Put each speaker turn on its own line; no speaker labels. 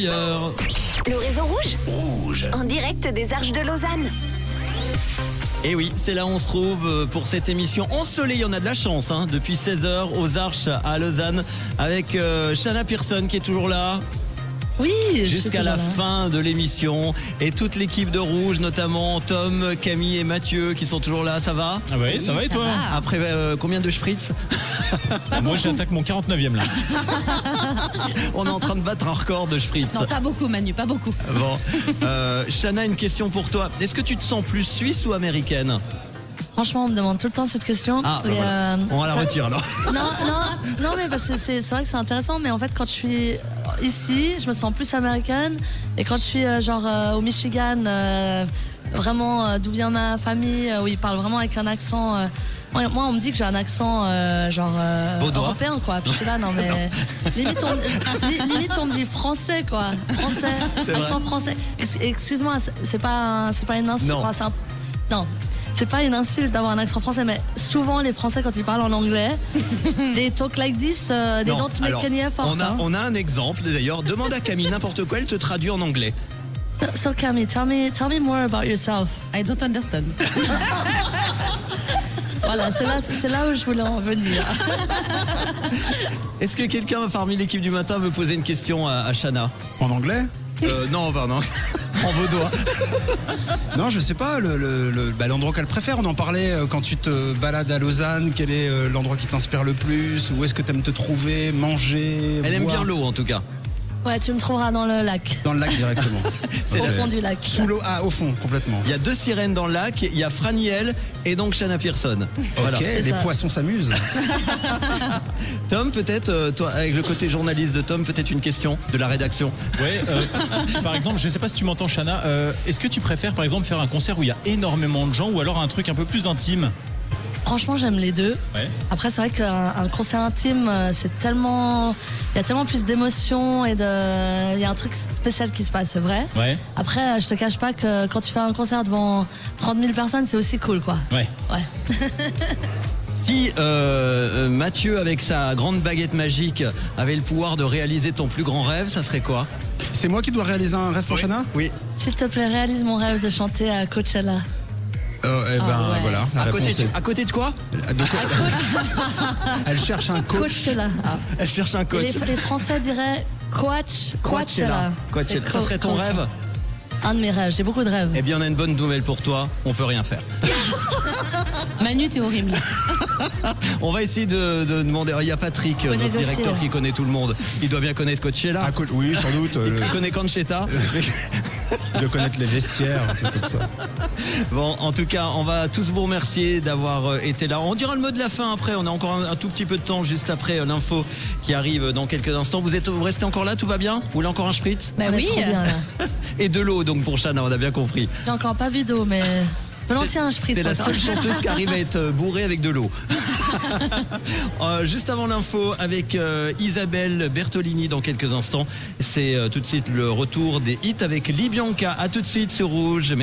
Peuilleur.
Le réseau rouge
Rouge.
en direct des Arches de Lausanne.
Et Eh oui, c'est là où on se trouve euh, pour cette émission ensoleillée. On a de la chance, hein, depuis 16h aux Arches à Lausanne, avec euh, Shanna Pearson qui est toujours là
Oui, je suis
jusqu'à
toujours
la
là.
fin de l'émission. Et toute l'équipe de Rouge, notamment Tom, Camille et Mathieu qui sont toujours là. Ça va
Ah ouais, ça
Oui,
va et
ça
toi
va. Ah.
Après euh, combien de spritz
Ah, Moi j'attaque mon 49e là.
On est en train de battre un record de spritz.
Non, pas beaucoup, Manu, pas beaucoup.
Bon, euh, Shanna, une question pour toi. Est-ce que tu te sens plus suisse ou américaine
Franchement, on me demande tout le temps cette question.
Ah, bah
Et,
voilà.
euh,
on va la retire alors.
non, non, non, mais parce que c'est c'est vrai que c'est intéressant, mais en fait, quand je suis ici, je me sens plus américaine. Et quand je suis euh, genre euh, au Michigan, euh, vraiment euh, d'où vient ma famille, euh, où ils parlent vraiment avec un accent. euh, moi, moi, on me dit que j'ai un accent euh, genre euh,
Vaudois.
européen, quoi. Puis je suis là, non, mais limite, on, li- limite, on me dit français, quoi. Français,
C'est vrai.
accent français. Ex- Excuse-moi, c'est- c'est pas, un- c'est pas une insulte.
Non.
enfin, c'est un- non. C'est pas une insulte d'avoir un accent français, mais souvent les Français quand ils parlent en anglais, des talk like this, euh, des
Non,
don't make
alors,
any effort.
on, a,
hein.
on a un exemple d'ailleurs. Demande à Camille n'importe quoi, elle te traduit en anglais.
So, so Camille, tell me, tell me more about yourself.
I don't understand.
Voilà, c'est là, c'est là où je voulais en venir.
Est-ce que quelqu'un parmi l'équipe du matin veut poser une question à, à Shana
En anglais
Euh, Non, bah non. en vaudois.
Non, je sais pas, le- le- le- bah, l'endroit qu'elle préfère. On en parlait euh, quand tu te balades à Lausanne, quel est euh, l'endroit qui t'inspire le plus Où est-ce que t'aimes te trouver, manger
Elle aime
boire
bien l'eau hein. en tout cas.
Ouais, tu me trouveras dans le lac,
Dans le lac directement.
C'est
au
la-
fond du lac.
Sous l'eau, ah, au fond, complètement.
Il y a deux sirènes dans le lac, il y a Franiel et donc Shana Pearson. Voilà.
Ok, les
ça.
poissons s'amusent.
Tom, peut-être, euh, toi, avec le côté journaliste de Tom, peut-être une question de la rédaction.
Ouais, euh, par exemple, je sais pas si tu m'entends Chana, est-ce que tu préfères par exemple faire un concert où il y a énormément de gens ou alors un truc un peu plus intime
Franchement, j'aime les deux.
Ouais.
Après, c'est vrai qu'un un concert intime, euh, c'est tellement, il y a tellement plus d'émotions et de, il y a un truc spécial qui se passe, c'est vrai.
Ouais.
Après, euh, je te cache pas que quand tu fais un concert devant 30 000 personnes, c'est aussi cool, quoi.
Ouais.
Ouais.
Si euh, euh, Mathieu, avec sa grande baguette magique, avait le pouvoir de réaliser ton plus grand rêve, ça serait quoi
C'est moi qui dois réaliser un rêve pour Shana
Oui.
S'il te plaît, réalise mon rêve de chanter à Coachella.
Euh, Eh ben
Ah ouais.
voilà. la
À côté,
réponse
de, à côté de quoi
est- de quoi- Elle cherche un coach.
Coachella.
Elle cherche un
Les,
coach.
les Français diraient Coach, Coachella.
Coachella. Coachella.
C'est
Ça
co-
serait ton
Coachella.
rêve
Un de mes rêves, j'ai beaucoup de rêves.
Eh bien, on a une bonne nouvelle pour toi. On peut rien faire.
Manu, t'es horrible.
On va essayer de, de demander. Ah, Il y a Patrick,
peut
notre
négocier,
directeur,
ouais.
qui connaît tout le monde. Il doit bien connaître
Un
Coachella.
coach, Ah. oui, sans doute,
Ah. Il
euh,
connaît Conchetta.
de connaître les vestiaires, un truc comme ça.
Bon, en tout cas, on va tous vous remercier d'avoir euh, été là. On dira le mot de la fin après. On a encore un, un tout petit peu de temps juste après euh, l'info qui arrive euh, dans quelques instants. Vous êtes, vous restez encore là, tout va bien Vous voulez encore un spritz
Bah
On est
oui.
trop bien, là.
Et de l'eau, donc pour Chana, on a bien compris.
J'ai encore pas bu d'eau, mais volontiers hein, un spritz.
C'est la
encore.
seule chanteuse qui arrive à être euh, bourrée avec de l'eau. Euh, juste avant l'info, avec euh, Isabelle Bertolini dans quelques instants. C'est euh, tout de suite le retour des hits avec Libianca. À tout de suite sur Rouge.